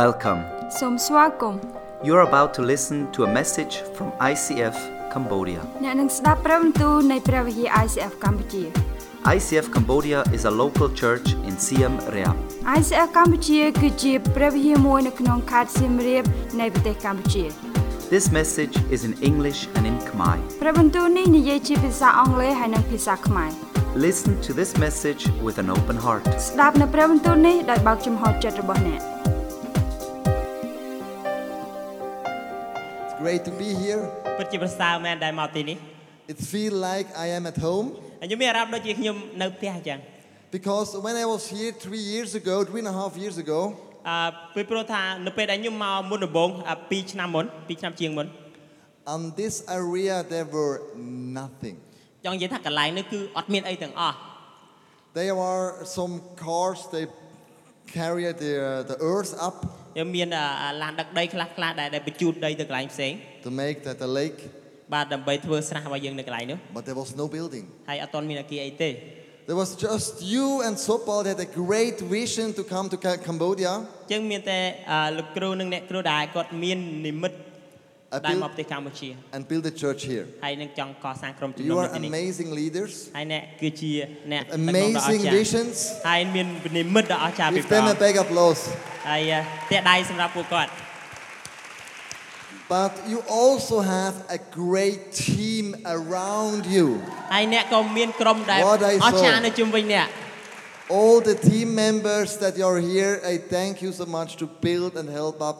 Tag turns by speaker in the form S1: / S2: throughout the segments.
S1: Welcome.
S2: សូមស្វាគមន៍
S1: You're about to listen to a message from ICF Cambodia.
S2: អ្នកនឹងស្ដាប់ព្រមន្ទូលនៃព្រះវិហារ ICF កម្ពុជា
S1: ICF Cambodia is a local church in Siem Reap.
S2: ICF កម្ពុជាគឺជាព្រះវិហារមួយនៅក្នុងខេត្តសៀមរាបនៃប្រទេសកម្ពុជា
S1: This message is in English and in Khmer.
S2: ព្រះបន្ទូលនេះនិយាយជាភាសាអង់គ្លេសហើយនិងភាសាខ្មែរ
S1: Listen to this message with an open heart.
S2: ស្ដាប់នៅព្រះបន្ទូលនេះដោយបើកចំហចិត្តរបស់អ្នក
S3: It's great to be here.
S4: ពិតជាប្រសើរមែនដែលមកទីនេះ
S3: It feels like I am at home
S4: ហើយខ្ញុំមានអារម្មណ៍ដូចជាខ្ញុំនៅផ្ទះអញ្ចឹង
S3: because when I was here three years ago, three and a half years ago,
S4: អឺពីព្រោះថានៅពេលដែលខ្ញុំមកមុនដំបូង2ឆ្នាំមុន2ឆ្នាំជាងមុន
S3: on this area there were nothing.
S4: ចង់និយាយថាកន្លែងនេះគឺអត់មានអីទាំងអស់
S3: There were some cars, they carry the, the earth up
S4: ខ្ញុំមានអឺឡានដឹកដីខ្លះខ្លះដែលដែលបញ្ជូនដីទៅកន្លែងផ្សេង
S3: to make the, the lake,
S4: បាទដើម្បីធ្វើស្រះរបស់យើងនៅកន្លែងនោះ
S3: but there was no building.
S4: ហើយអត់ទាន់មានអគារអីទេ
S3: There was just you and Sopal that had a great vision to come to Ca- Cambodia,
S4: អញ្ចឹងមានតែអឺលោកគ្រូនិងអ្នកគ្រូដែលគាត់មាននិមិត្ត
S3: a
S4: ដែល
S3: build,
S4: មកប្រទេសកម្ពុជា
S3: and build a church here.
S4: ហើយនឹងចង់កសាងក្រុមជំនុំ
S3: You are
S4: នៅទីនេះ
S3: amazing leaders,
S4: ហើយអ្នកគឺជាអ្នកដឹកនាំដ៏អស្
S3: amazing
S4: ចារ្យ
S3: visions.
S4: ហើយមាននិមិត្តដ៏អស្ចារ្យពី
S3: Give
S4: ព្រះ
S3: them a big applause.
S4: ហើយតែកដៃសម្រាប់ពួកគាត់
S3: But you also have a great team around you.
S4: ហើយអ្នកក៏មានក្រុមដែល
S3: What I
S4: អស្ចារ្យ
S3: saw.
S4: នៅជុំវិញអ្នក
S3: All the team members that are here, I thank you so much to build and help up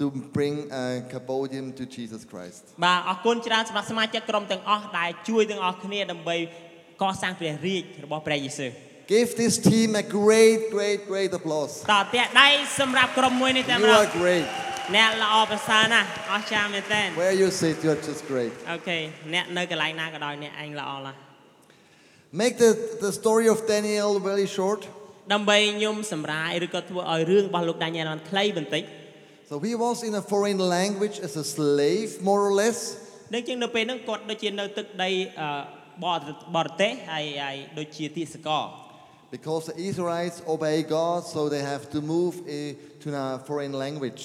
S3: to bring uh, Cambodian to Jesus Christ.
S4: បាទអរគុណច្រើនសម្រាប់សមាជិកក្រុមទាំងអស់ដែលជួយទាំងអស់គ្នាដើម្បីកសាងព្រះរាជរបស់ព្រះយេស៊ូវ
S3: Give this team a great, great, great applause.
S4: តោះតែកដៃសម្រាប់ក្រុមមួយនេះតែ
S3: You
S4: ម្ដង
S3: are great.
S4: អ្នកល្អប្រសើរណាស់អស្ចារ្យមែនទែន
S3: Where you sit, you're just great.
S4: អូខេអ្នកនៅកន្លែងណាក៏ដោយអ្នកឯងល្អណាស់
S3: Make the, the story of Daniel very short.
S4: ដើម្បីខ្ញុំសម្រាយឬក៏ធ្វើឲ្យរឿងរបស់លោកដាញ៉ែលបានខ្លីបន្តិច
S3: So he was in a foreign language as a slave, more or less.
S4: នឹងជាងនៅពេលហ្នឹងគាត់ដូចជានៅទឹកដីអឺបរបរទេសហើយហើយដូចជាទីសកល
S3: Because the Israelites obey God, so they have to move eh, to a foreign language.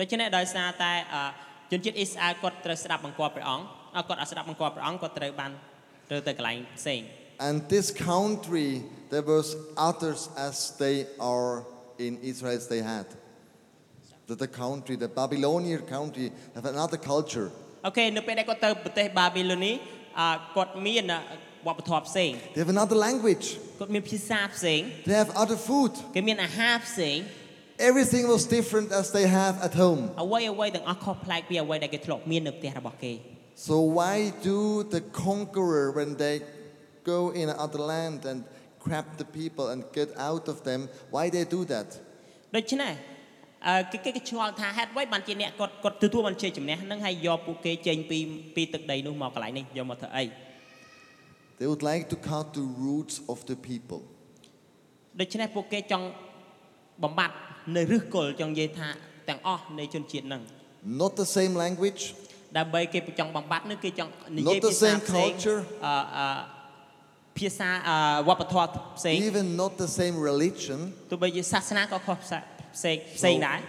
S4: ដូច្នេះដោយសារតែអឺជនជាតិអ៊ីស្រាអែលគាត់ត្រូវស្ដាប់បង្គាប់ព្រះអង្គអឺគាត់អត់ស្ដាប់បង្គាប់ព្រះអង្គគាត់ត្រូវបានត្រូវទៅកន្លែងផ្សេង
S3: And this country, there was others as they are in Israel as they had. The, the country, the Babylonian country, have another culture.
S4: អូខេនៅពេលដែលគាត់ទៅប្រទេសបាប៊ីឡូនីអឺគាត់មានអឺវប្បធម៌ផ្សេង
S3: They have another language.
S4: គាត់មានភាសាផ្សេង
S3: They have other food.
S4: គេមានអាហារផ្សេង
S3: Everything was different as they have at home.
S4: អ្វីអ្វីទាំងអស់ខុសប្លែកពីអ្វីដែលគេធ្លាប់មាននៅផ្ទះរបស់គេ
S3: So why do the conqueror, when they go in another land and grab the people and get out of them, why they do that?
S4: ដូច្នេះអឺគេគេឆ្ងល់ថាហេតុអ្វីបានជាអ្នកគាត់គាត់ទទួលបានជ័យជំនះហ្នឹងហើយយកពួកគេចេញពីពីទឹកដីនោះមកកន្លែងនេះយកមកធ្វើអី
S3: They would like to cut the roots of the people.
S4: ដូច្នេះពួកគេចង់បំបត្តិនៅឫសគល់ចង់និយាយថាទាំងអស់នៃជនជាតិហ្នឹង
S3: Not the same language,
S4: ដើម្បីគេចង់បំបត្តិនោះគេចង់និយាយ
S3: Not the
S4: ភាសា
S3: same
S4: ផ្សេង
S3: culture.
S4: អឺអឺភាសាអឺវប្បធម៌ផ្សេង
S3: even not the same religion.
S4: ទោះបីជាសាសនាក៏ខុសផ្សេងផ្សេងផ្សេងដែរ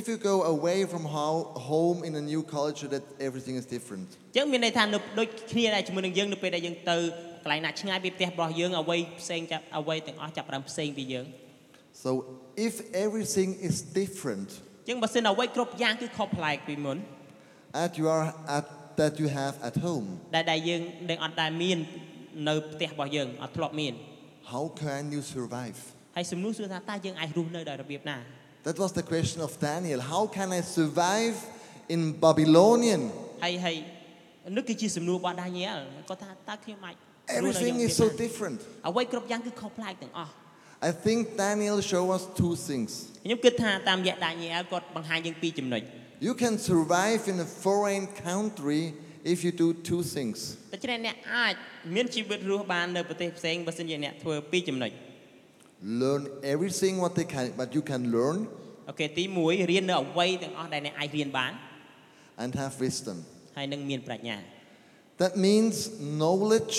S3: If you go away from ho- home in a new culture, that everything is different.
S4: អញ្ចឹងមានន័យថានៅដូចគ្នាដែរជាមួយនឹងយើងនៅពេលដែលយើងទៅកន្លែងណាឆ្ងាយពីផ្ទះរបស់យើងអ្វីផ្សេងចាប់អ្វីទាំងអស់ចាប់ផ្ដើមផ្សេងពីយើង
S3: So if everything is different,
S4: អញ្ចឹងបើសិនអ្វីគ្រប់យ៉ាងគឺខុសប្លែកពីមុន
S3: at you are at, that you have at home,
S4: ដែលដែលយើងនឹងអត់ដែលមាននៅផ្ទះរបស់យើងអត់ធ្លាប់មាន
S3: how can you survive?
S4: ហើយសំណួរសួរថាតើយើងអាចរស់នៅដោយរបៀបណា
S3: That was the question of Daniel. How can I survive in Babylonian?
S4: ហើយហើយនេះគឺជាសំណួររបស់ដានីយ៉ែលគាត់ថាតើខ្ញុំអាចរស់នៅយ៉ា
S3: Everything
S4: ងរបៀ
S3: is
S4: ប
S3: so
S4: ណា
S3: different.
S4: អ្វីគ្រប់យ៉ាងគឺខុសប្លែកទាំងអស់
S3: I think Daniel showed us two things.
S4: ខ្ញុំគិតថាតាមរយៈដានីយ៉ែលគាត់បង្ហាញយើងពីរចំណុច
S3: You can survive in a foreign country if you do two things.
S4: ដូច្នេះអ្នកអាចមានជីវិតរស់បាននៅប្រទេសផ្សេងបើសិនជាអ្នកធ្វើពីរចំណុច
S3: learn everything what they can what you can learn
S4: អូខេទី1រៀននៅអ្វីទាំងអស់ដែលអ្នកអាចរៀនបាន
S3: and have wisdom
S4: ហើយនឹងមានប្រាជ្ញា
S3: that means knowledge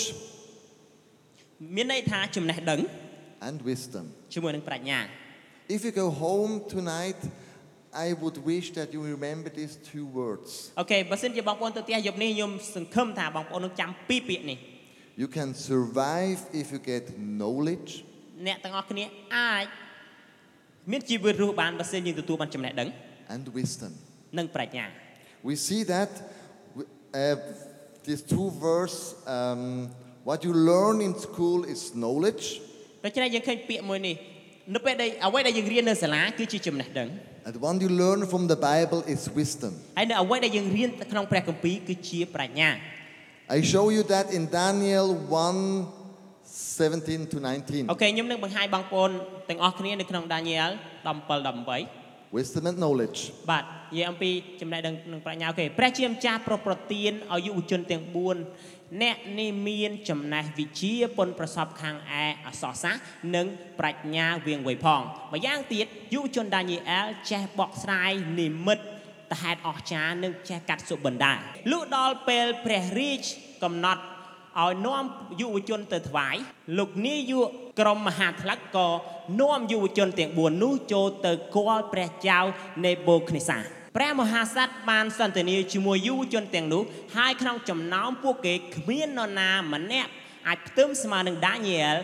S4: មានន័យថាចំណេះដឹង
S3: and wisdom
S4: ជាមួយនឹងប្រាជ្ញា
S3: if you go home tonight I would wish that you remember these two words.
S4: អូខេបើសិនជាបងប្អូនទៅផ្ទះយប់នេះខ្ញុំសង្ឃឹមថាបងប្អូននឹងចាំពីរពាក្យនេះ
S3: You can survive if you get knowledge,
S4: អ្នកទាំងអស់គ្នាអាចមានជីវិតរស់បានបើសិនយើងទទួលបានចំណេះដឹង
S3: and wisdom.
S4: និងប្រាជ្ញា
S3: We see that w- uh, these two words. Um, what you learn in school is knowledge,
S4: ដូច្នេះយើងឃើញពាក្យមួយនេះនៅពេលដែលអ្វីដែលយើងរៀននៅសាលាគឺជាចំណេះដឹង
S3: and what you learn from the Bible is wisdom.
S4: ហើយនៅអ្វីដែលយើងរៀនក្នុងព្រះគម្ពីរគឺជាប្រាជ្ញា
S3: I show you that in Daniel 1 17 to 19.
S4: អូខេខ្ញុំនឹងបង្ហាញបងប្អូនទាំងអស់គ្នានៅក្នុងដានីយ៉ែល17 18
S3: Wisdom and knowledge.
S4: បាទនិយាយអំពីចំណេះដឹងនិងប្រាជ្ញាអូខេព្រះជាម្ចាស់ប្រប្រទានឲ្យយុវជនទាំង4អ្នកនេះមានចំណេះវិជ្ជាប៉ុនប្រសពខាងឯអក្សរសាស្ត្រនិងប្រាជ្ញាវៀងវៃផងម្យ៉ាងទៀតយុវជនដានីអែលចេះបកស្រាយនិមិត្តតហេតអស្ចារ្យនិងចេះកាត់សុបិនដែរលុះដល់ពេលព្រះរាជកំណត់ឲ្យនាំយុវជនទៅថ្វាយលោកនាយកក្រមមហាថ្លឹកក៏នាំយុវជនទាំង4នោះចូលទៅគាល់ព្រះចៅនេបូខនេសាព្រះមហាក្សត្របានសន្ទនាជាមួយយុវជនទាំងនោះហើយក្នុងចំណោមពួកគេគ្មាននរណាម្នាក់អាចផ្ទឹមស្មើនឹងដានីយ៉ែល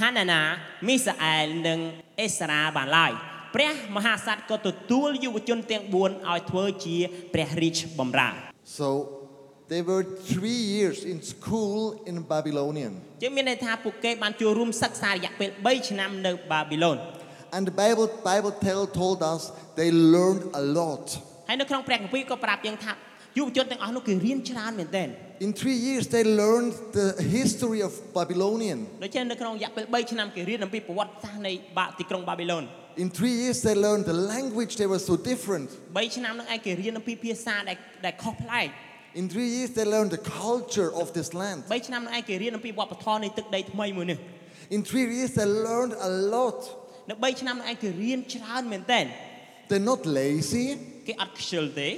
S4: ហាណាណាមីសាអែលនិងអេសារ៉ាបានឡើយព្រះមហាក្សត្រក៏ទទួលយុវជនទាំង4ឲ្យធ្វើជាព្រះរាជបម្រើ
S3: So they were three years in school in Babylonian.
S4: ជាងមានន័យថាពួកគេបានចូលរួមសិក្សារយៈពេល3ឆ្នាំនៅបាប៊ីឡូន
S3: And the Bible, Bible tell, told us they learned a lot.
S4: ហើយនៅក្នុងព្រះគម្ពីរក៏ប្រាប់យើងថាយុវជនទាំងអស់នោះគឺរៀនច្រើនមែនទែន
S3: In three years, they learned the history of Babylonian.
S4: ដូច្នេះនៅក្នុងរយៈពេល3ឆ្នាំគេរៀនអំពីប្រវត្តិសាស្ត្រនៃបាទីក្រុងបាប៊ីឡូន
S3: In three years, they learned the language. They were so different.
S4: 3ឆ្នាំនោះឯងគេរៀនអំពីភាសាដែលដែលខុសប្លែក
S3: In three years, they learned the culture of this land.
S4: 3ឆ្នាំនោះឯងគេរៀនអំពីវប្បធម៌នៃទឹកដីថ្មីមួយនេះ
S3: In three years, they learned a lot.
S4: នៅ3ឆ្នាំនោះឯងគេរៀនច្រើនមែនទែន
S3: They're not lazy.
S4: គេអត់ខ្ជិលទេ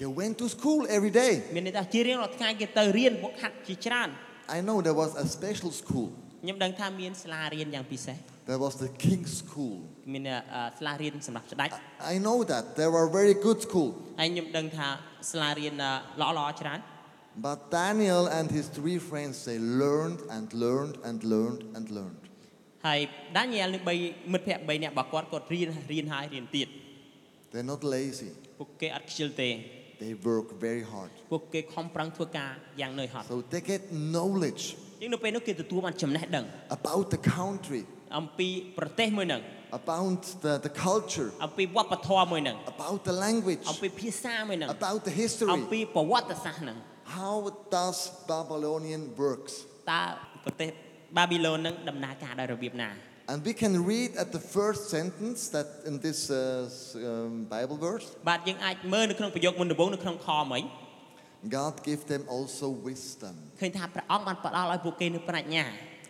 S3: They went to school every day.
S4: មានន័យថាជារៀងរាល់ថ្ងៃគេទៅរៀនហ្វឹកហាត់ជាច្រើន
S3: I know there was a special school.
S4: ខ្ញុំដឹងថាមានសាលារៀនយ៉ាងពិសេស
S3: There was the king's school.
S4: មានអឺសាលារៀនសម្រាប់ស្ដេច
S3: I know that. There were very good school.
S4: ហើយខ្ញុំដឹងថាសាលារៀនអឺល្អល្អច្រើន
S3: But Daniel and his three friends, they learned and learned and learned and learned.
S4: ហើយដានីយ៉ែលនឹង3មិត្តភ័ក្តិ3នាក់របស់គាត់គាត់រៀនរៀនហើយរៀនទៀត
S3: They're not lazy.
S4: ពួកគេអត់ខ្ជិលទេ
S3: They work very hard.
S4: ពួកគេខំប្រឹងធ្វើការយ៉ាងនឿយហត់
S3: So they get knowledge
S4: ជាងនៅពេលនោះគេទទួលបានចំណេះដឹង
S3: about the country,
S4: អំពីប្រទេសមួយហ្នឹង
S3: about the, the culture,
S4: អំពីវប្បធម៌មួយហ្នឹង
S3: about the language,
S4: អំពីភាសាមួយហ្នឹង
S3: about the
S4: អំ
S3: history.
S4: ពីប្រវត្តិសាស្ត្រហ្នឹង
S3: How does Babylonian works?
S4: តើប្រទេសបាប៊ីឡូនហ្នឹងដំណើរការដោយរបៀបណា
S3: And we can read at the first sentence that in this uh, s- um, Bible verse,
S4: បាទយើងអាចមើលនៅក្នុងប្រយោគមុនដំបូងនៅក្នុងខមិញ
S3: God give them also wisdom.
S4: ឃើញថាព្រះអង្គបានផ្ដល់ឲ្យពួកគេនូវប្រាជ្ញា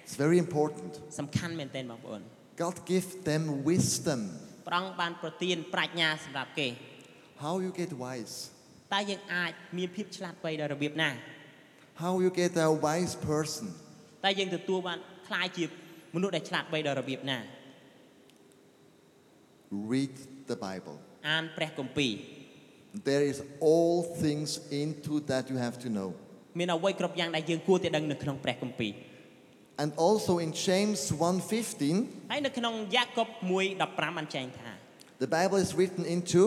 S3: It's very important.
S4: សំខាន់មែនទែនបងប្អូន
S3: God give them wisdom.
S4: ព្រះអង្គបានប្រទានប្រាជ្ញាសម្រាប់គេ
S3: How you get wise?
S4: តើយើងអាចមានភាពឆ្លាតវៃដោយរបៀបណា
S3: How you get a wise person?
S4: តើយើងទទួលបានខ្លាយជាមនុស្សដែលឆ្លាតវៃដោយរបៀបណា
S3: Read the Bible.
S4: អានព្រះគម្ពីរ
S3: There is all things into that you have to know.
S4: មានអ្វីគ្រប់យ៉ាងដែលយើងគួរតែដឹងនៅក្នុងព្រះគម្ពីរ
S3: And also in James 1:15,
S4: ហើយនៅក្នុងយ៉ាកុប1:15បានចែងថា
S3: the Bible is written into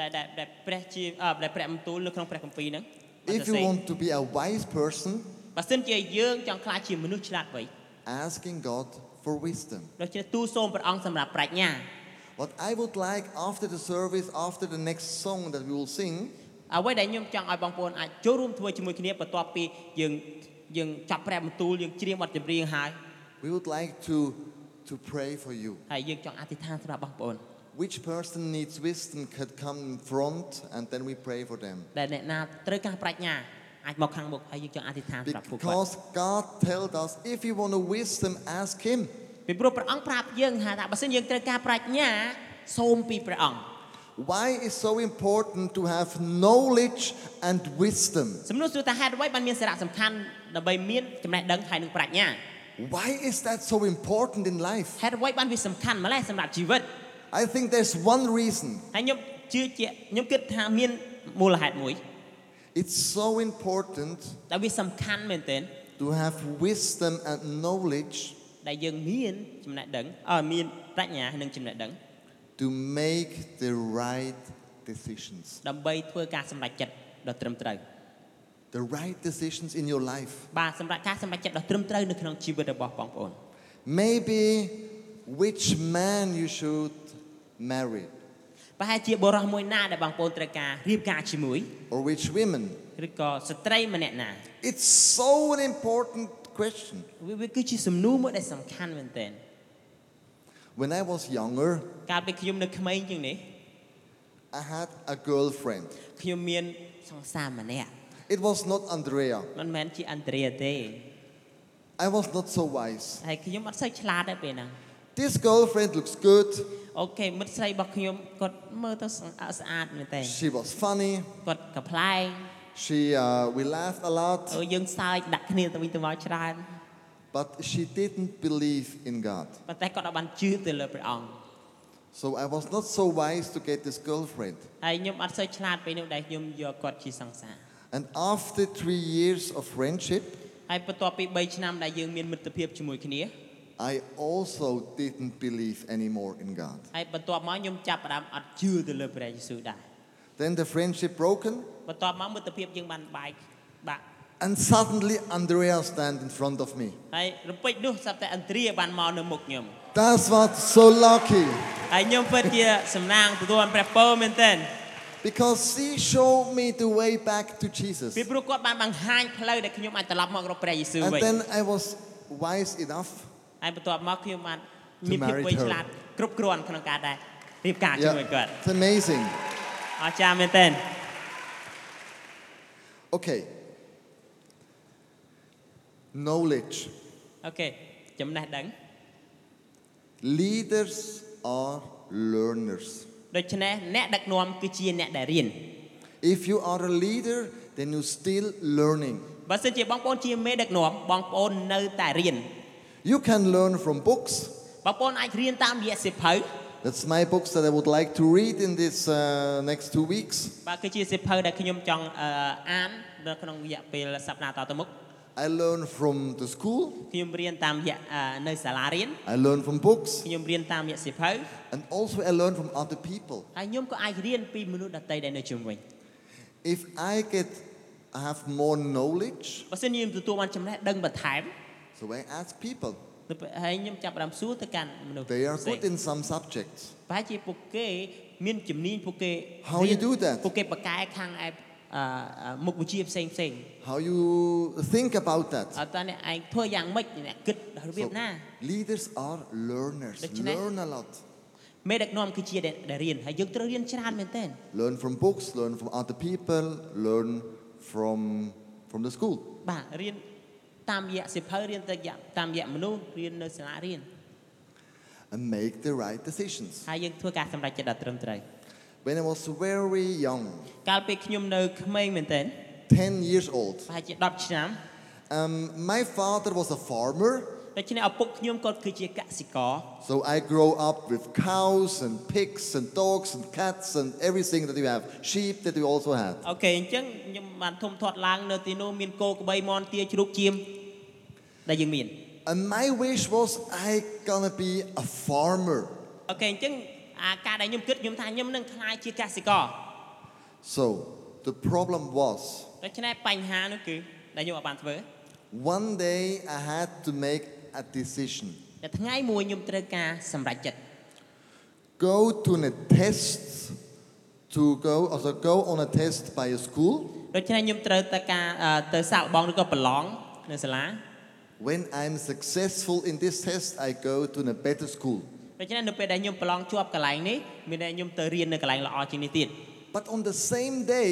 S4: ដែលដែលដែលព្រះជាអ่าដែលព្រះបន្ទូលនៅក្នុងព្រះគម្ពីរហ្នឹងបាន
S3: if
S4: សរសេ
S3: you
S4: រ
S3: want to be a wise person,
S4: បើសិនជាយើងចង់ខ្លាចជាមនុស្សឆ្លាតវៃ
S3: asking God for wisdom.
S4: ដូច្នេះទូលសូមព្រះអង្គសម្រាប់ប្រាជ្ញា
S3: What I would like after the service, after the next song that we will sing,
S4: អ្វីដែលខ្ញុំចង់ឲ្យបងប្អូនអាចចូលរួមធ្វើជាមួយគ្នាបន្ទាប់ពីយើងយើងចាប់ព្រះបន្ទូលយើងច្រៀងបទចម្រៀងហើយ
S3: we would like to to pray for you.
S4: ហើយយើងចង់អធិដ្ឋានសម្រាប់បងប្អូន
S3: Which person needs wisdom could come in front and then we pray for them.
S4: ដែលអ្នកណាត្រូវការប្រាជ្ញាអាចមកខាងមុខហើយយើងចង់អធិដ្ឋានសម្រាប់ពួកគាត់
S3: Because God tells us if you want a wisdom, ask Him.
S4: ពីព្រោះព្រះអង្គប្រាប់យើងថាបើសិនយើងត្រូវការប្រាជ្ញាសូមពីព្រះអង្គ
S3: Why is so important to have knowledge and wisdom?
S4: សំណួរគឺថាហេតុអ្វីបានមានសារៈសំខាន់ដើម្បីមានចំណេះដឹងហើយនឹងប្រាជ្ញា
S3: Why is that so important in life?
S4: ហេតុអ្វីបានវាសំខាន់ម្ល៉េះសម្រាប់ជីវិត
S3: I think there's one reason.
S4: ហើយខ្ញុំ ជឿជាក់ខ្ញុំគិតថាមានមូលហេតុមួយ
S3: It's so important
S4: តែវាសំខាន់មែនទែន
S3: to have wisdom and knowledge
S4: ដែលយើងមានចំណេះដឹងអឺមានប្រាជ្ញានិងចំណេះដឹង
S3: to make the right decisions.
S4: ដើម្បីធ្វើការសម្រេចចិត្តដ៏ត្រឹមត្រូវ
S3: The right decisions in your life.
S4: បាទសម្រាប់ការសម្រេចចិត្តដ៏ត្រឹមត្រូវនៅក្នុងជីវិតរបស់បងប្អូន
S3: Maybe which man you should marry
S4: ប្រហែលជាបុរសមួយណាដែលបងប្អូនត្រូវការរៀបការជាមួយ
S3: or which women.
S4: ឬក៏ស្ត្រីម្នាក់ណា
S3: It's so an important question.
S4: វាវាគឺជាសំណួរមួយដែលសំខាន់មែនទែន
S3: When I was younger,
S4: កាលពេលខ្ញុំនៅក្មេងជាងនេះ
S3: I had a girlfriend.
S4: ខ្ញុំមានសង្សារម្នាក់
S3: It was not Andrea.
S4: មិនមែនជាអន្តរាទេ
S3: I was not so wise.
S4: ហើយខ្ញុំអត់សូវឆ្លាតទេពេលហ្នឹង
S3: This girlfriend looks good.
S4: អូខេមិត្តស្រីរបស់ខ្ញុំគាត់មើលទៅស្អាតស្អាតមែនទេ
S3: She was funny.
S4: គាត់កំ pl ែង
S3: She, uh, we laughed a
S4: អឺ
S3: lot,
S4: យើងសើចដាក់គ្នាទៅវិញទៅមកច្រើន
S3: but she didn't believe in God.
S4: ប៉ុន្តែគាត់អត់បានជឿទៅលើព្រះអង្គ
S3: So I was not so wise to get this girlfriend.
S4: ហើយខ្ញុំអត់សូវឆ្លាតពេលនោះដែលខ្ញុំយកគាត់ជាសង្សារ
S3: And after three years of friendship,
S4: ហើយបន្ទាប់ពី3ឆ្នាំដែលយើងមានមិត្តភាពជាមួយគ្នា
S3: I also didn't believe anymore in God.
S4: ហើយបន្ទាប់មកខ្ញុំចាប់ផ្ដើមអត់ជឿទៅលើព្រះយេស៊ូវដែរ
S3: Then the friendship broken,
S4: បន្ទាប់មកមិត្តភាពយើងបានបែកបាក់
S3: and suddenly Andrea stand in front of me.
S4: ហើយរំពេចនោះស្រាប់តែអន្តរាបានមកនៅមុខខ្ញុំ
S3: That's what so lucky
S4: ហើយខ្ញុំពិតជាសំឡាងទទួលបានព្រះពរមែនទែន
S3: because she showed me the way back to Jesus.
S4: ពីព្រោះគាត់បានបង្ហាញផ្លូវដែលខ្ញុំអាចត្រឡប់មករកព្រះយេស៊ូវ
S3: And
S4: វិញ
S3: then I was wise enough
S4: ហើយបន្ទាប់មកខ្ញុំបាន
S3: To
S4: មានភាព
S3: marry
S4: វៃ
S3: her.
S4: ឆ្លាតគ្រប់គ្រាន់ក្នុងការដែររៀបការជាមួយគាត់
S3: it's amazing.
S4: អស្ចារ្យមែនទែន
S3: Okay. Knowledge.
S4: អូខេចំណេះដឹង
S3: Leaders are learners.
S4: ដូច្នេះអ្នកដឹកនាំគឺជាអ្នកដែលរៀន
S3: If you are a leader, then you're still learning.
S4: បើសិនជាបងប្អូនជាមេដឹកនាំបងប្អូននៅតែរៀន
S3: You can learn from books.
S4: បងប្អូនអាចរៀនតាមរយៈសៀវភៅ
S3: That's my books that I would like to read in this uh, next two weeks.
S4: បាទគឺជាសៀវភៅដែលខ្ញុំចង់អឺអាននៅក្នុងរយៈពេលសប្តាហ៍តទៅមុខ
S3: I learn from the school.
S4: ខ្ញុំរៀនតាមរយៈអឺនៅសាលារៀន
S3: I learn from books,
S4: ខ្ញុំរៀនតាមរយៈសៀវភៅ
S3: and also I learn from other people.
S4: ហើយខ្ញុំក៏អាចរៀនពីមនុស្សដទៃដែលនៅជុំវិញ
S3: If I get, I have more knowledge,
S4: បើសិនខ្ញុំទទួលបានចំណេះដឹងបន្ថែម
S3: so I ask people.
S4: ទៅពេលហើយខ្ញុំចាប់ផ្ដើមសួរទៅកាន់មនុស្ស
S3: They are
S4: ផ្សេង
S3: good in some subjects.
S4: ប្រហែលជាពួកគេមានជំនាញពួកគេ
S3: How you
S4: រៀន
S3: do that?
S4: ពួកគេបកកែខាងឯអឺមុខវិជ្ជាផ្សេងផ្សេង
S3: How you think about that?
S4: អត់តើអ្នកឯងធ្វើយ៉ាងម៉េចអ្នកគិតរបៀប
S3: So,
S4: ណា
S3: leaders are learners.
S4: Deci ne-
S3: Learn a lot.
S4: មេដឹកនាំគឺជាដែលដែលរៀនហើយយើងត្រូវរៀនច្រើនមែនទែន
S3: Learn from books, learn from other people, learn from, from the school.
S4: បាទរៀនតាមរយៈសិភៅរៀនតាមរយៈតាមរយៈមនុស្សរៀននៅសាលារៀន
S3: And make the right decisions.
S4: ហើយយើងធ្វើការសម្រេចចិត្តដល់ត្រឹមត្រូវ
S3: When I was very young,
S4: កាលពេលខ្ញុំនៅក្មេងមែនទែន
S3: 10 years old,
S4: ប្រហែលជា10ឆ្នាំ
S3: um, my father was a farmer,
S4: ដូច្នេះឪពុកខ្ញុំគាត់គឺជាកសិករ
S3: so I grow up with cows and pigs and dogs and cats and everything that you have, sheep that we also had.
S4: អូខេអញ្ចឹងខ្ញុំបានធំធាត់ឡើងនៅទីនោះមានគោក្បីមន់ទាជ្រូកជៀមដែលយើងមាន
S3: And my wish was I gonna be a farmer.
S4: អូខេអញ្ចឹងអាការដែលខ្ញុំគិតខ្ញុំថាខ្ញុំនឹងក្លាយជាកសិករ
S3: So the problem was
S4: ដូច្នេះបញ្ហានោះគឺដែលខ្ញុំអត់បានធ្វើ
S3: one day I had to make a decision.
S4: តែថ្ងៃមួយខ្ញុំត្រូវការសម្រេចចិត្ត
S3: Go to a test to go also go on a test by a school
S4: ដូច្នេះខ្ញុំត្រូវទៅការអឺទៅសាកល្បងឬក៏ប្រឡងនៅសាលា
S3: when I'm successful in this test I go to a better school
S4: ដូច្នេះនៅពេលដែលខ្ញុំប្រឡងជាប់កន្លែងនេះមានន័យខ្ញុំទៅរៀននៅកន្លែងល្អជាងនេះទៀត
S3: but on the same day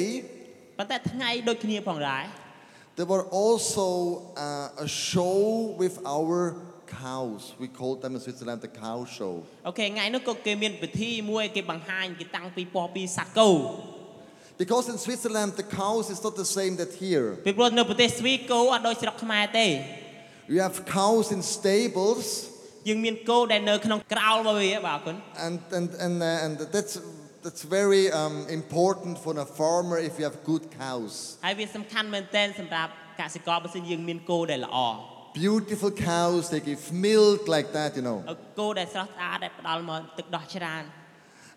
S4: ប៉ុន្តែថ្ងៃដូចគ្នាផងដែរ
S3: there were also uh, a show with our cows we called them in Switzerland the cow show
S4: អូខេថ្ងៃនោះក៏គេមានពិធីមួយគេបង្ហាញគេតាំងពីពណ៌ពីសត្វគោ
S3: because in Switzerland the cows is not the same that here
S4: ពីព្រោះនៅប្រទេសស្វីសគោអត់ដូចស្រុកខ្មែរទេ
S3: you have cows in stables
S4: យើងមានគោដែលនៅក្នុងក្រោលរបស់វាបាទអរគុណ
S3: And and and uh, and that's that's very um, important for a farmer if you have good cows.
S4: ហើយវាសំខាន់មែនទែនសម្រាប់កសិករបើសិនយើងមានគោដែលល្អ
S3: Beautiful cows, they give milk like that, you know.
S4: ហើយគោដែលស្រស់ស្អាតដែលផ្ដល់មកទឹកដោះច្រើន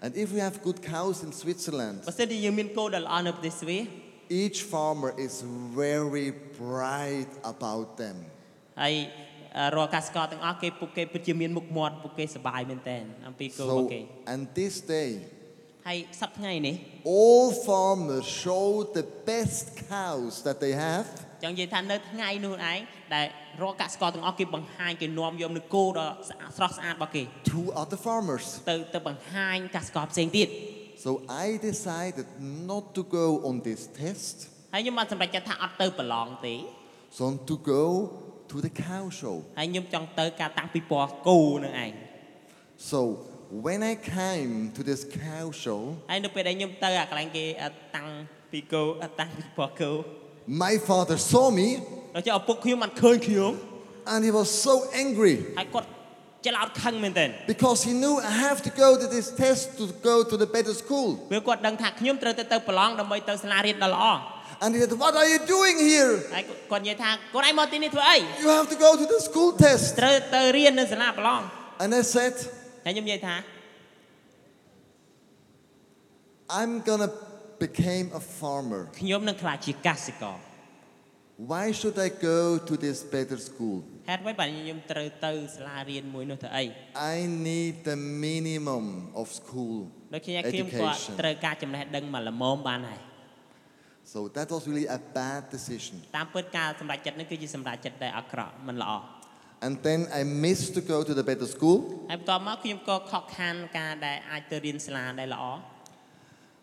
S3: And if we have good cows in Switzerland,
S4: បើសិនជាយើងមានគោដែលល្អនៅប្រទេសស្វីស
S3: each farmer is very bright about them.
S4: ហើយអឺរាល់កសិករទាំងអស់គេពួកគេពិតជាមានមុខមាត់ពួកគេសប្បាយមែនទែនអំពីគោរបស់
S3: So,
S4: គេ
S3: and this day,
S4: ហើយសប្តាហ៍ថ្ងៃនេះ
S3: all farmers show the best cows that they have
S4: ចង់និយាយថានៅថ្ងៃនោះឯងដែលរាល់កសិករទាំងអស់គេបង្ហាញគេនាំយកនៅគោដ៏ស្អាតស្រស់ស្អាតរបស់គេ
S3: to other farmers.
S4: ទៅទៅបង្ហាញកសិករផ្សេងទៀត
S3: So I decided not to go on this test,
S4: ហើយខ្ញុំបានសម្រេចចិត្តថាអត់ទៅប្រឡងទេ
S3: so to go to the cow show.
S4: ហើយខ្ញុំចង់ទៅការតាំងពិព័រណ៍គោនឹងឯង
S3: So when I came to this cow show,
S4: ហើយនៅពេលដែលខ្ញុំទៅអាកន្លែងគេអ่ะតាំងពីគោអ่ะតាំងពិព័រណ៍គោ
S3: my father saw me
S4: ដល់ចុះឪពុកខ្ញុំបានឃើញខ្ញុំ
S3: and he was so angry
S4: ហើយគាត់ច្រឡោតខឹងមែនទែន
S3: because he knew I have to go to this test to go to the better school.
S4: ពេលគាត់ដឹងថាខ្ញុំត្រូវទៅទៅប្រឡងដើម្បីទៅសាលារៀនដល់ល្អ
S3: And he said, What are you doing here?
S4: ហើយគាត់និយាយថាកូនឯងមកទីនេះធ្វើអី
S3: You have to go to the school test.
S4: ត្រូវទៅរៀននៅសាលាប្រឡង
S3: And I said,
S4: ហើយខ្ញុំនិយាយថា
S3: I'm gonna become a farmer.
S4: ខ្ញុំនឹងក្លាយជាកសិករ
S3: Why should I go to this better school?
S4: ហេតុអ្វីបានខ្ញុំត្រូវទៅសាលារៀនមួយនោះធ្វើអី
S3: I need the minimum of school
S4: ដូចខ្ញុំខ្ញុំគាត់
S3: education.
S4: ត្រូវការចំណេះដឹងមកល្មមបានហើយ
S3: So that was really a bad decision.
S4: តាមពិតការសម្រេចចិត្តនេះគឺជាសម្រេចចិត្តដែលអាក្រក់មិនល្អ
S3: And then I missed to go to the better school.
S4: ហើយបន្ទាប់មកខ្ញុំក៏ខកខានការដែលអាចទៅរៀនសាលាដែលល្អ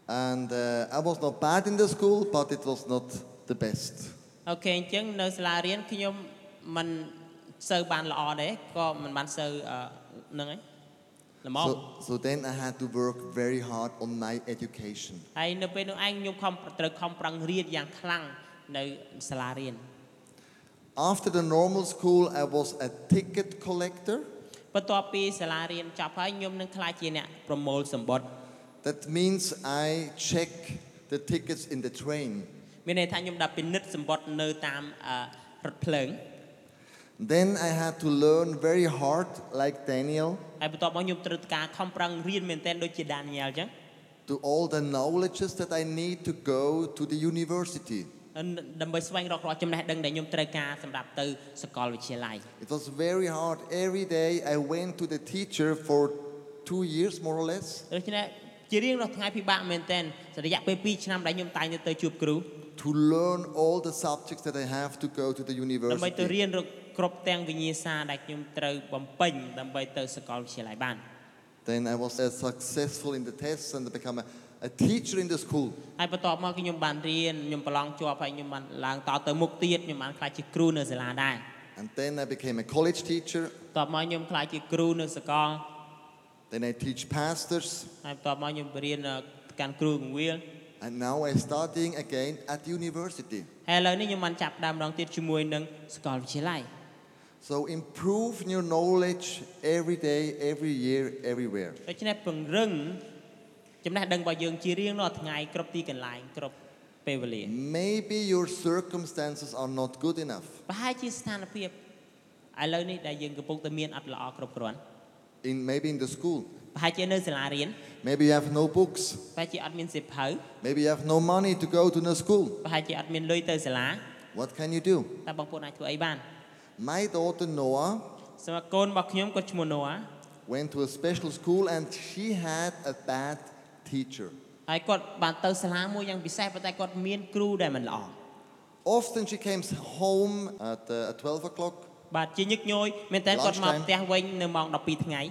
S3: And uh, I was not bad in the school, but it was not the best.
S4: អូខេអញ្ចឹងនៅសាលារៀនខ្ញុំមិនសូវបានល្អទេក៏មិនបានសូវអឺហ្នឹងឯងល្មម
S3: So, so then I had to work very hard on my education.
S4: ហើយនៅពេលនោះឯងខ្ញុំខំត្រូវខំប្រឹងរៀនយ៉ាងខ្លាំងនៅសាលារៀន
S3: After the normal school, I was a ticket collector.
S4: បន្ទាប់ពីសាលារៀនចប់ហើយខ្ញុំនឹងក្លាយជាអ្នកប្រមូលសម្បត្តិ
S3: That means I check the tickets in the train.
S4: មានន័យថាខ្ញុំដាក់ពិនិត្យសម្បត្តិនៅតាមអឺរថភ្លើង
S3: Then I had to learn very hard, like Daniel,
S4: ហើយបន្ទាប់មកខ្ញុំត្រូវការខំប្រឹងរៀនមែនទែនដូចជាដានីយ៉ែលអញ្ចឹង
S3: to all the knowledges that I need to go to the university.
S4: ដើម្បីស្វែងរករាល់ចំណេះដឹងដែលខ្ញុំត្រូវការសម្រាប់ទៅសាកលវិទ្យាល័យ
S3: It was very hard. Every day I went to the teacher for two years, more or less,
S4: ដូច្នេះជារៀងរាល់ថ្ងៃពិបាកមែនទែនរយៈពេល2ឆ្នាំដែលខ្ញុំតែងតែទៅជួបគ្រូ
S3: to learn all the subjects that I have to go to the
S4: ដើម្បីទៅ
S3: university.
S4: រៀនរកគ្រប់ទាំងវិញ្ញាសាដែលខ្ញុំត្រូវបំពេញដើម្បីទៅសាកលវិទ្យាល័យបាន
S3: Then I was uh, successful in the tests and become a, a teacher in the school.
S4: ហើយបន្ទាប់មកគឺខ្ញុំបានរៀនខ្ញុំប្រឡងជាប់ហើយខ្ញុំបានឡើងតទៅមុខទៀតខ្ញុំបានខ្លាចជាគ្រូនៅសាលាដែរ
S3: And then I became a college teacher.
S4: បន្ទាប់មកខ្ញុំខ្លាចជាគ្រូនៅសាកល
S3: Then I teach pastors.
S4: ហើយបន្ទាប់មកខ្ញុំរៀនអឺកាន់គ្រូកងវាល
S3: And now I'm studying again at university.
S4: ហើយឥឡូវនេះខ្ញុំបានចាប់ផ្ដើមម្ដងទៀតជាមួយនឹងសាកលវិទ្យាល័យ
S3: So improve your knowledge every day, every year, everywhere.
S4: ដូច្នេះពង្រឹងចំណេះដឹងរបស់យើងជារៀងរាល់ថ្ងៃគ្រប់ទីកន្លែងគ្រប់ពេលវេលា
S3: Maybe your circumstances are not good enough.
S4: ប្រហែលជាស្ថានភាពឥឡូវនេះដែលយើងកំពុងតែមានអត់ល្អគ្រប់គ្រាន់
S3: In, maybe in the school.
S4: ប្រហែលជានៅសាលារៀន
S3: Maybe you have no books.
S4: ប្រហែលជាអត់មានសិភៅ
S3: Maybe you have no money to go to the school.
S4: ប្រហែលជាអត់មានលុយទៅសាលា
S3: What can you do?
S4: តើបងប្អូនអាចធ្វើអីបាន
S3: My daughter Noah
S4: សម្រាប់កូនរបស់ខ្ញុំគាត់ឈ្មោះ Noah
S3: went to a special school and she had a bad teacher.
S4: ហើយគាត់បានទៅសាលាមួយយ៉ាងពិសេសប៉ុន្តែគាត់មានគ្រូដែលមិនល្អ
S3: Often she came home at, uh, at 12 o'clock
S4: បាទជាញឹកញយមែនតើគាត់មក
S3: Lunchtime.
S4: ផ្ទះវិញនៅម៉ោង12ថ្ងៃ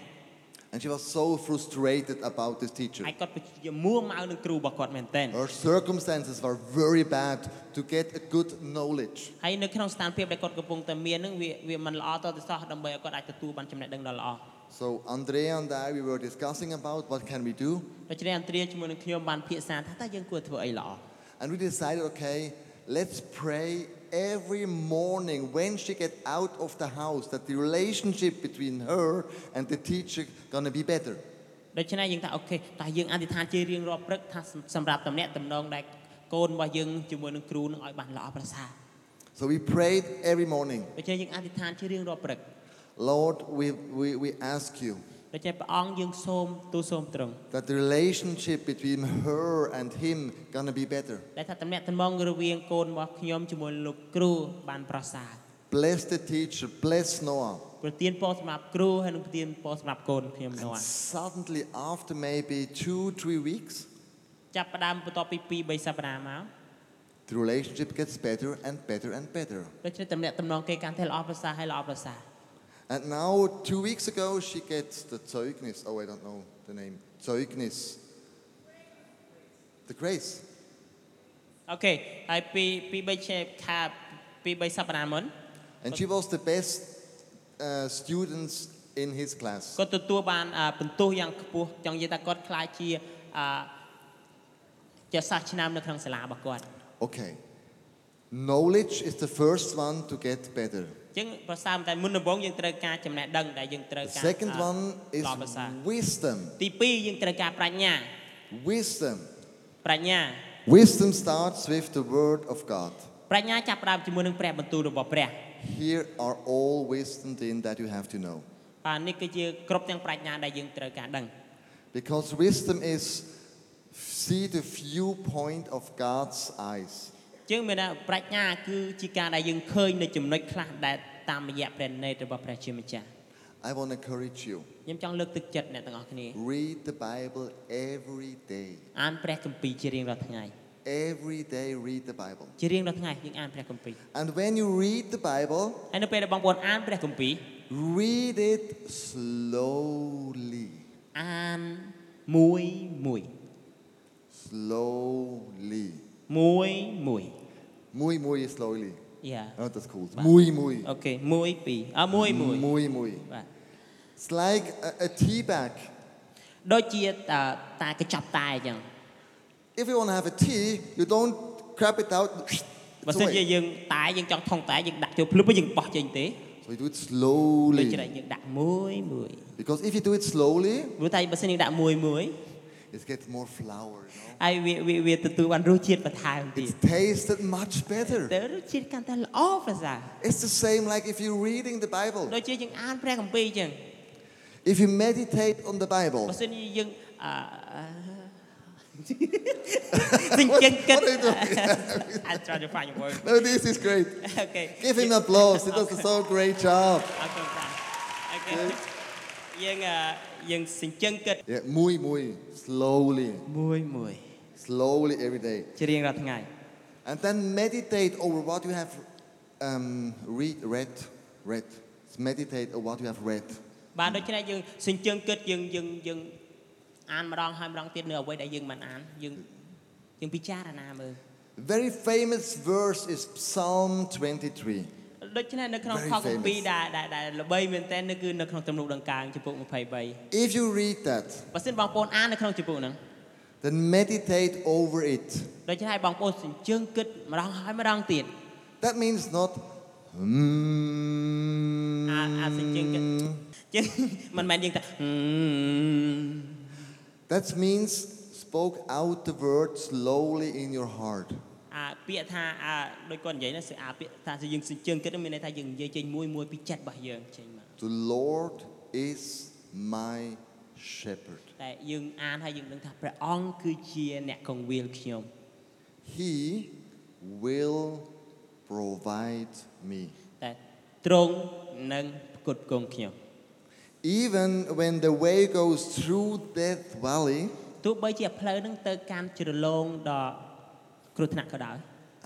S3: and she was so frustrated about this teacher.
S4: ហើយគាត់ជាមួម៉ៅនឹងគ្រូរបស់គាត់មែនតើ
S3: Her circumstances were very bad to get a good knowledge.
S4: ហើយនៅក្នុងស្ថានភាពដែលគាត់កំពុងតែមានហ្នឹងវាវាមិនល្អតទៅសោះដើម្បីឲ្យគាត់អាចទទួលបានចំណេះដឹងដ៏ល្អ
S3: So Andrea and I, we were discussing about what can we do,
S4: ដូច្នេះអន្តរាជាមួយនឹងខ្ញុំបានភាសាថាតើយើងគួរធ្វើអីល្អ
S3: and we decided, okay, let's pray every morning when she get out of the house that the relationship between her and the teacher gonna be better.
S4: ដូច្នេះយើងថាអូខេតោះយើងអធិដ្ឋានជារៀងរាល់ព្រឹកថាសម្រាប់តំណែងតំណងដែលកូនរបស់យើងជាមួយនឹងគ្រូនឹងឲ្យបានល្អប្រសើរ
S3: So we prayed every morning.
S4: ដូច្នេះយើងអធិដ្ឋានជារៀងរាល់ព្រឹក
S3: Lord, we, we, we ask you
S4: ដូច្នេះព្រះអង្គយើងសូមទូលសូមត្រង់
S3: that the relationship between her and him gonna be better.
S4: ដែលថាតំណែងតំណងរវាងកូនរបស់ខ្ញុំជាមួយនឹងលោកគ្រូបានប្រសើរ
S3: Bless the teacher, bless Noah.
S4: ប្រទានពរសម្រាប់គ្រូហើយនឹងប្រទានពរសម្រាប់កូនខ្ញុំនោះ
S3: And suddenly, after maybe two, three weeks,
S4: ចាប់ផ្ដើមបន្ទាប់ពី2 3សប្ដាហ៍មក
S3: the relationship gets better and better and better.
S4: ដូច្នេះតំណែងតំណងគេកាន់តែល្អប្រសើរហើយល្អប្រសើរ
S3: And now, two weeks ago, she gets the Zeugnis. Oh, I don't know the name. Zeugnis. The grace.
S4: អូខេហើយពីពី3ខែខាពី3សប្ដាហ៍មុន
S3: And she was the best uh, students in his class.
S4: គាត់ទទួលបានអ่าពិន្ទុយ៉ាងខ្ពស់ចង់និយាយថាគាត់ខ្លាចជាអ่าជាសាស្ត្រឆ្នាំនៅក្នុងសាលារបស់គាត់
S3: Okay. Knowledge is the first one to get better.
S4: អញ្ចឹងប្រសិនតែមុនដំបូងយើងត្រូវការចំណេះដឹងដែលយើងត្រូវ
S3: The
S4: ការ
S3: second
S4: អ่า
S3: one is
S4: ល្អប្រសើរ
S3: wisdom.
S4: ទី2យើងត្រូវការប្រាជ្ញា
S3: Wisdom.
S4: ប្រាជ្ញា
S3: Wisdom starts with the word of God.
S4: ប្រាជ្ញាចាប់ផ្ដើមជាមួយនឹងព្រះបន្ទូលរបស់ព្រះ
S3: Here are all wisdom in that you have to know.
S4: បាទនេះគឺជាគ្រប់ទាំងប្រាជ្ញាដែលយើងត្រូវការដឹង
S3: Because wisdom is see the viewpoint of God's eyes.
S4: អញ្ចឹងមានន័យថាប្រាជ្ញាគឺជាការដែលយើងឃើញនៅចំណុចខ្លះដែលតាមរយៈព្រះណេតររបស់ព្រះជាម្ចាស់
S3: I want to encourage you.
S4: ខ្ញុំចង់លើកទឹកចិត្តអ្នកទាំងអស់គ្នា
S3: Read the Bible every day.
S4: អានព្រះគម្ពីរជារៀងរាល់ថ្ងៃ
S3: Every day read the Bible.
S4: ជារៀងរាល់ថ្ងៃយើងអានព្រះគម្ពីរ
S3: And when you read the Bible,
S4: ហើយនៅពេលដែលបងប្អូនអានព្រះគម្ពីរ
S3: Read it slowly.
S4: អានមួយមួយ
S3: Slowly.
S4: មួយមួយ
S3: Muy, muy slowly.
S4: យ៉ា
S3: Oh, that's cool.
S4: Wow.
S3: Muy, muy.
S4: អូខេមួយពីរអ่ะមួយមួយ
S3: Muy, muy.
S4: បាទ
S3: It's like a, a tea bag.
S4: ដូចជាតាតាកញ្ចប់តែអញ្ចឹង
S3: If you want to have a tea, you don't grab it out. it's
S4: បើសិនជា
S3: away.
S4: យើងតែយើងចង់ថងតែយើងដាក់ចូលភ្លុបហើយយើងបោះចេញទេ
S3: So you do it
S4: ដូច្នេះ
S3: slowly.
S4: យើងដាក់មួយមួយ
S3: Because if you do it slowly,
S4: ព្រោះតែបើសិនយើងដាក់មួយមួយ
S3: it gets more flour. you know?
S4: ហើយវាវាវាទទួលបានរសជាតិបន្ថែមទៀត
S3: It's tasted much better.
S4: ទៅរសជាតិកាន់តែល្អប្រសើរ
S3: It's the same like if you're reading the Bible.
S4: ដូចជាយើងអានព្រះគម្ពីរអញ្ចឹង
S3: If you meditate on the
S4: បើ
S3: Bible,
S4: សិនជាយើងអឺ ទិញគិត
S3: What are you doing?
S4: I try to find a word
S3: no, Oh, this is great.
S4: okay
S3: Give him applause. He does a so great job.
S4: អរគុណបាទអូខេយើងអឺយើងសញ្ជឹងគិត
S3: Yeah, muy, muy. Slowly.
S4: មួយមួយ
S3: Slowly every day.
S4: ជារៀងរាល់ថ្ងៃ
S3: And then meditate over what you have um, read, read, read. Meditate on what you have read.
S4: បាទដូច្នេះយើងសញ្ជឹងគិតយើងយើងយើងអានម្ដងហើយម្ដងទៀតនៅអ្វីដែលយើងមិនអានយើងយើងពិចារណាមើល
S3: Very famous verse is Psalm 23.
S4: ដូច្នេះនៅក្នុង
S3: Very
S4: ខគម្ពីរ
S3: famous.
S4: ដែលដែលដែលល្បីមែនតើគឺនៅក្នុងទំនុកដង្កើងចំពុក23
S3: If you read that,
S4: បើសិនបងប្អូនអាននៅក្នុងចំពុកហ្នឹង
S3: then meditate over it.
S4: ដូច្នេះឲ្យបងប្អូនសញ្ជឹងគិតម្ដងហើយម្ដងទៀត
S3: That means not. "Hmm."
S4: អាអាសញ្ជឹងគិត ជាងមិនមែនយើងថា ហឹម
S3: That means spoke out the word slowly in your heart.
S4: អាពាក្យថាអាដូចគាត់និយាយណាសិអាពាក្យថាយើងសញ្ជឹងគិតហ្នឹងមានន័យថាយើងនិយាយចេញមួយមួយពីចិត្តរបស់យើងចេញមក
S3: The Lord is my shepherd.
S4: តែយើងអានហើយយើងដឹងថាព្រះអង្គគឺជាអ្នកកងវាលខ្ញុំ
S3: He will provide me.
S4: តែទ្រង់នឹងផ្គត់ផ្គង់ខ្ញុំ
S3: Even when the way goes through Death Valley,
S4: ទោះបីជាផ្លូវហ្នឹងទៅកាន់ជ្រលងដល់គ្រោះថ្នាក់ក៏ដោយ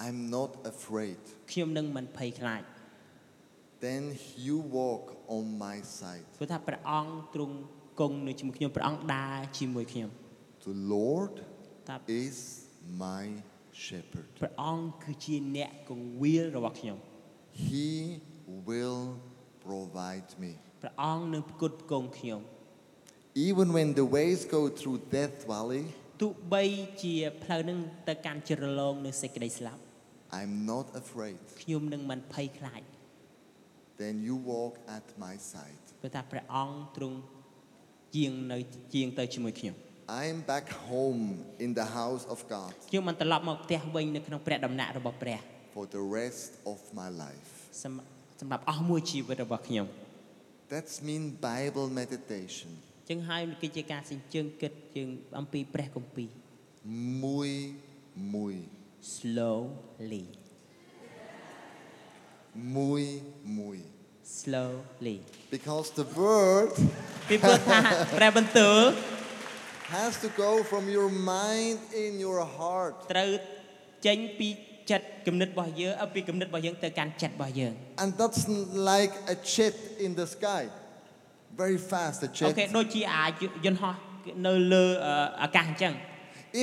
S3: I'm not afraid.
S4: ខ្ញុំនឹងមិនភ័យខ្លាច
S3: Then you walk on my side.
S4: ព្រោះថាព្រះអង្គទ្រង់គង់នៅជាមួយខ្ញុំព្រះអង្គដើរជាមួយខ្ញុំ
S3: The Lord
S4: តា
S3: is my shepherd.
S4: ព្រះអង្គគឺជាអ្នកកងវាលរបស់ខ្ញុំ
S3: He will provide me.
S4: ព្រះអង្គនឹងផ្គត់ផ្គង់ខ្ញុំ
S3: Even when the ways go through Death Valley,
S4: ទោះបីជាផ្លូវហ្នឹងទៅកាន់ជ្រលងនៅសេចក្តីស្លាប់
S3: I'm not afraid.
S4: ខ្ញុំនឹងមិនភ័យខ្លាច
S3: Then you walk at my side.
S4: ព្រោះថាព្រះអង្គទ្រង់ ជាងនៅជាងទៅជាមួយខ្ញុំ
S3: I'm back home in the house of God
S4: ខ្ញុំមិនត្រឡប់មកផ្ទះវិញនៅក្នុងព្រះដំណាក់របស់ព្រះ
S3: for the rest of my life.
S4: សម្រាប់សម្រាប់អស់មួយជីវិតរបស់ខ្ញុំ
S3: That's mean Bible meditation.
S4: ចឹងហើយគឺជាការសិញ្ជើងគិតយើងអំពីព្រះគម្ពីរ
S3: Muy, muy,
S4: slowly
S3: muy, muy.
S4: slowly
S3: Because the word
S4: ពីព្រោះថា ព្រះបន្ទូល
S3: has to go from your mind in your heart.
S4: ត្រូវចេញពីចិត្តគំនិតរបស់យើងអឺពីគំនិតរបស់យើងទៅកាន់ចិត្តរបស់យើង
S3: And that's n- like a jet in the sky. Very fast, a
S4: អូ
S3: jet.
S4: ខេដូចជាអាយន្តហោះនៅលើអឺអាកាសអញ្ចឹង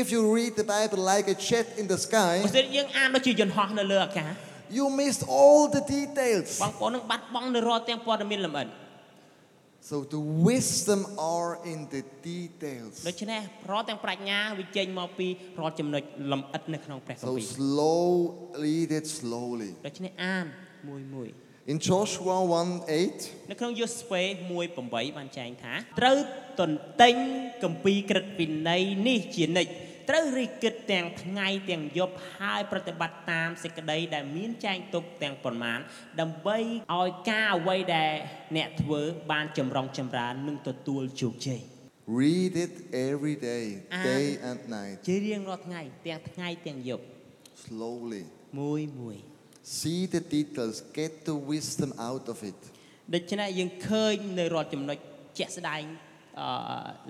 S3: If you read the Bible like a jet in the
S4: បើ
S3: sky,
S4: ស្ិនយើងអានដូចជាយន្តហោះនៅលើអាកាស
S3: you missed all the details.
S4: បងប្អូននឹងបាត់បង់នៅរាល់ទាំងព័ត៌មានលម្អិត
S3: So the wisdom are in the details.
S4: ដូច្នេះរាល់ទាំងប្រាជ្ញាវាចេញមកពីរាល់ចំណុចលម្អិតនៅក្នុងព្រះគ
S3: So
S4: ម្ពីរ
S3: slow, read it slowly.
S4: ដូច្នេះអានមួយមួយ
S3: In Joshua 1 8,
S4: នៅក្នុងយូស្វេ1:8បានចែងថាត្រូវទន្ទិញគម្ពីរក្រឹតវិន័យនេះជានិច្ចត្រូវរិះគិតទាំងថ្ងៃទាំងយប់ហើយប្រតិបត្តិតាមសេចក្តីដែលមានចែងទុកទាំងប៉ុន្មាន ដើម្បីឲ្យការអ្វីដែលអ្នកធ្វើបានចម្រុងចម្រើននិងទទួលជោគជ័យ
S3: read it every day,
S4: Ah.
S3: day and night,
S4: ជារៀងរាល់ថ្ងៃទាំងថ្ងៃទាំងយប់
S3: slowly.
S4: មួយមួយ
S3: See the details, get the wisdom out of it.
S4: ដូច្នេះយើងឃើញនៅរាល់ចំណុចជាក់ស្ដែងអឺ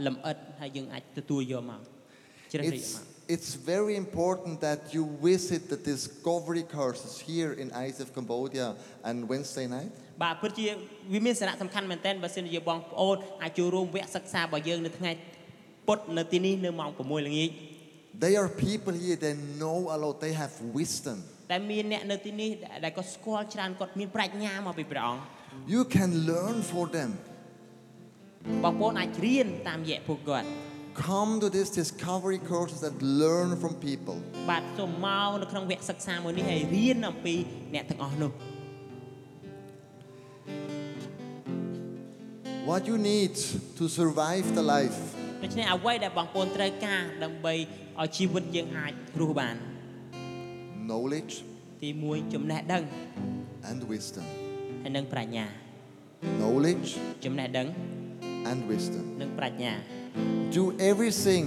S4: លម្អិតហើយយើងអាចទទួលយកមកជ្រើសរើសយកមក
S3: It's, it's very important that you visit the discovery courses here in ISF Cambodia and Wednesday night.
S4: បាទពិតជាវាមានសារៈសំខាន់មែនទែនបើសិនជាបងប្អូនអាចចូលរួមវគ្គសិក្សារបស់យើងនៅថ្ងៃពុធនៅទីនេះនៅម៉ោង6ល្ងាច
S3: They are people here, they know a lot, they have wisdom.
S4: តែមានអ្នកនៅទីនេះដែលដែលគាត់ស្គាល់ច្រើនគាត់មានប្រាជ្ញាមកពីព្រះអង្គ
S3: You can learn for them.
S4: បងប្អូនអាចរៀនតាមរយៈពួកគាត់
S3: Come to these discovery courses and learn from people.
S4: បាទសូមមកនៅក្នុងវគ្គសិក្សាមួយនេះហើយរៀនអំពីអ្នកទាំងអស់នោះ
S3: What you need to survive the life
S4: ដូច្នេះអ្វីដែលបងប្អូនត្រូវការដើម្បីឲ្យជីវិតយើងអាចគ្រោះបាន
S3: knowledge
S4: ទី1ចំណេះដឹង
S3: and wisdom.
S4: ហើយនិងប្រាជ្ញា
S3: Knowledge
S4: ចំណេះដឹង
S3: and wisdom.
S4: និងប្រាជ្ញា
S3: Do everything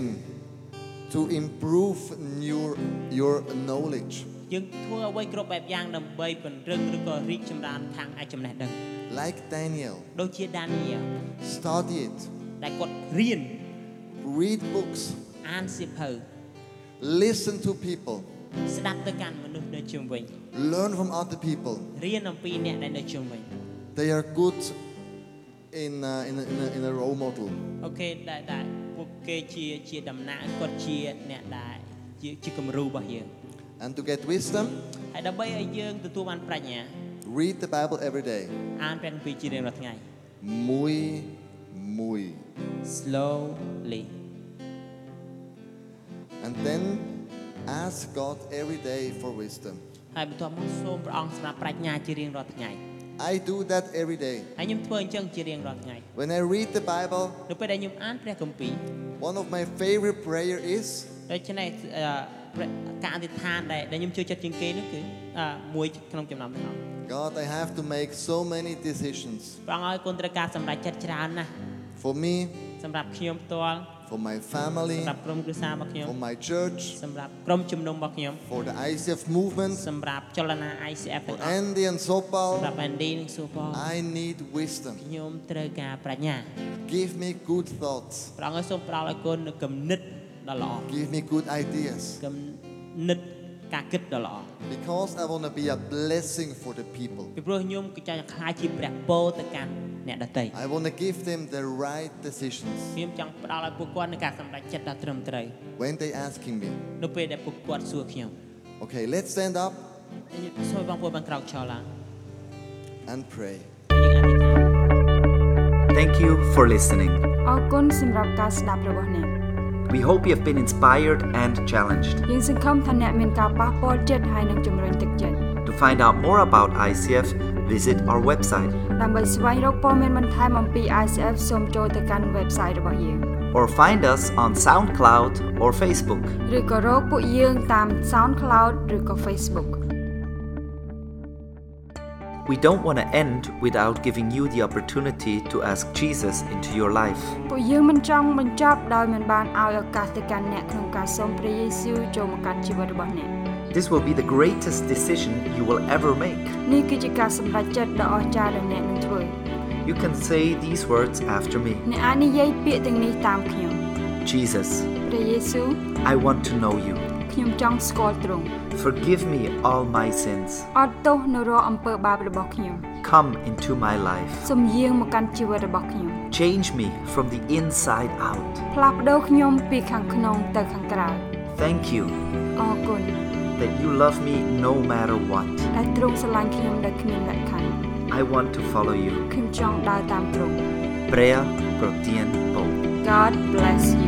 S3: to improve your, your knowledge.
S4: យើងធ្វើអ្វីគ្រប់បែបយ៉ាងដើម្បីពង្រឹងឬក៏រីកចម្រើនខាងឯកចំណេះដឹង
S3: Like Daniel,
S4: ដូចជាដានីយ៉ែល
S3: study it,
S4: ដែលគាត់រៀន
S3: read books,
S4: អានសៀវភៅ
S3: listen to people,
S4: ស្ដាប់ទៅកាន់មនុស្សនៅជុំវិញ
S3: learn from other people.
S4: រៀនអំពីអ្នកដែលនៅជុំវិញ
S3: They are good in, uh, in, a, in, a, in a role model.
S4: អូខេដែលដែលពួកគេជាជាដំណាក់គាត់ជាអ្នកដែលជាជាគំរូរបស់យើង
S3: And to get wisdom,
S4: ហើយដើម្បីឲ្យយើងទទួលបានប្រាជ្ញា
S3: read the Bible every day.
S4: អានព្រះគម្ពីរជារៀងរាល់ថ្ងៃ
S3: Muy, muy.
S4: slowly
S3: And then ask God every day for wisdom.
S4: ហើយបន្ទាប់មកសូមព្រះអង្គស្ដាប់ប្រាជ្ញាជារៀងរាល់ថ្ងៃ
S3: I do that every day.
S4: ហើយខ្ញុំធ្វើអញ្ចឹងជារៀងរាល់ថ្ងៃ
S3: When I read the Bible,
S4: នៅពេលដែលខ្ញុំអានព្រះគម្ពីរ
S3: one of my favorite prayer is
S4: ដូច្នេះអឺព្រះការអធិដ្ឋានដែលដែលខ្ញុំជួយចិត្តជាងគេនោះគឺអឺមួយក្នុងចំណោមទាំងអស់
S3: God, I have to make so many decisions
S4: ព្រះអង្គឲ្យគុណត្រូវការសម្រេចចិត្តច្រើនណាស់
S3: for me,
S4: សម្រាប់ខ្ញុំផ្ទាល់
S3: for my family,
S4: សម្រាប់ក្រុមគ្រួសាររបស់ខ្ញុំ
S3: for my church,
S4: សម្រាប់ក្រុមជំនុំរបស់ខ្ញុំ
S3: for the ICF movement,
S4: សម្រាប់ចលនា ICF ទាំង
S3: for
S4: អស់
S3: Andy and
S4: សម្រាប់
S3: Sopal.
S4: Andy និង Super
S3: I need wisdom.
S4: ខ្ញុំត្រូវការប្រាជ្ញា
S3: Give me good thoughts.
S4: ព្រះអង្គឲ្យសូមផ្ដល់ឲ្យគុណនូវគំនិតដ៏ល្អ
S3: Give me good ideas.
S4: គំនិតការគិតដ៏ល្អ
S3: Because I want to be a blessing for the people.
S4: ពីព្រោះខ្ញុំក៏ចង់ខ្លាយជាព្រះពរទៅកាន់អ្នកដទៃ
S3: I want to give them the right decisions
S4: ខ្ញុំចង់ផ្ដល់ឲ្យពួកគាត់នូវការសម្រេចចិត្តដ៏ត្រឹមត្រូវ
S3: when they asking me.
S4: នៅពេលដែលពួកគាត់សួរខ្ញុំ
S3: Okay, let's stand up
S4: ខ្ញុំសូមបងប្អូនបានក្រោកឈរឡើង
S3: and pray.
S4: ហើយយើង
S1: Thank you
S4: អធិដ្ឋាន
S1: for listening.
S2: អរគុណសម្រាប់ការស្ដាប់របស់អ្នក
S1: We hope you have been inspired and challenged.
S2: យើងសង្ឃឹមថាអ្នកមានការប៉ះពាល់ចិត្តហើយនឹងជំរុញទឹកចិត្ត
S1: To find out more about ICF, visit our website
S2: ដើម្បីស្វែងរកព័ត៌មានបន្ថែមអំពី ICF សូមចូលទៅកាន់ website របស់យើង
S1: or find us on SoundCloud or Facebook.
S2: ឬក៏រកពួកយើងតាម SoundCloud ឬក៏ Facebook
S1: We don't want to end without giving you the opportunity to ask Jesus into your life.
S2: ពួកយើងមិនចង់បញ្ចប់ដោយមិនបានឲ្យឱកាសទៅកាន់អ្នកក្នុងការសូមព្រះយេស៊ូវចូលមកកាន់ជីវិតរបស់អ្នក
S1: This will be the greatest decision you will ever make.
S2: នេះគឺជាការសម្រេចចិត្តដ៏អស្ចារ្យដែលអ្នកនឹងធ្វើ
S1: You can say these words after me
S2: អ្នកអាចនិយាយពាក្យទាំងនេះតាមខ្ញុំ
S1: Jesus,
S2: ព្រះយេស៊ូវ
S1: I want to know you.
S2: ខ្ញុំចង់ស្គាល់ទ្រង់
S1: Forgive me all my sins.
S2: អត់ទោសនៅរាល់អំពើបាបរបស់ខ្ញុំ
S1: Come into my life.
S2: សូមយាងមកកាន់ជីវិតរបស់ខ្ញុំ
S1: Change me from the inside out.
S2: ផ្លាស់ប្ដូរខ្ញុំពីខាងក្នុងទៅខាងក្រៅ
S1: Thank you
S2: អរគុណ
S1: that you love me no matter what.
S2: ដែលទ្រង់ស្រឡាញ់ខ្ញុំដោយគ្មានលក្ខខណ្ឌ
S1: I want to follow you.
S2: ខ្ញុំចង់ដើរតាមទ្រង់
S1: Prea pro tiempo.
S2: God bless you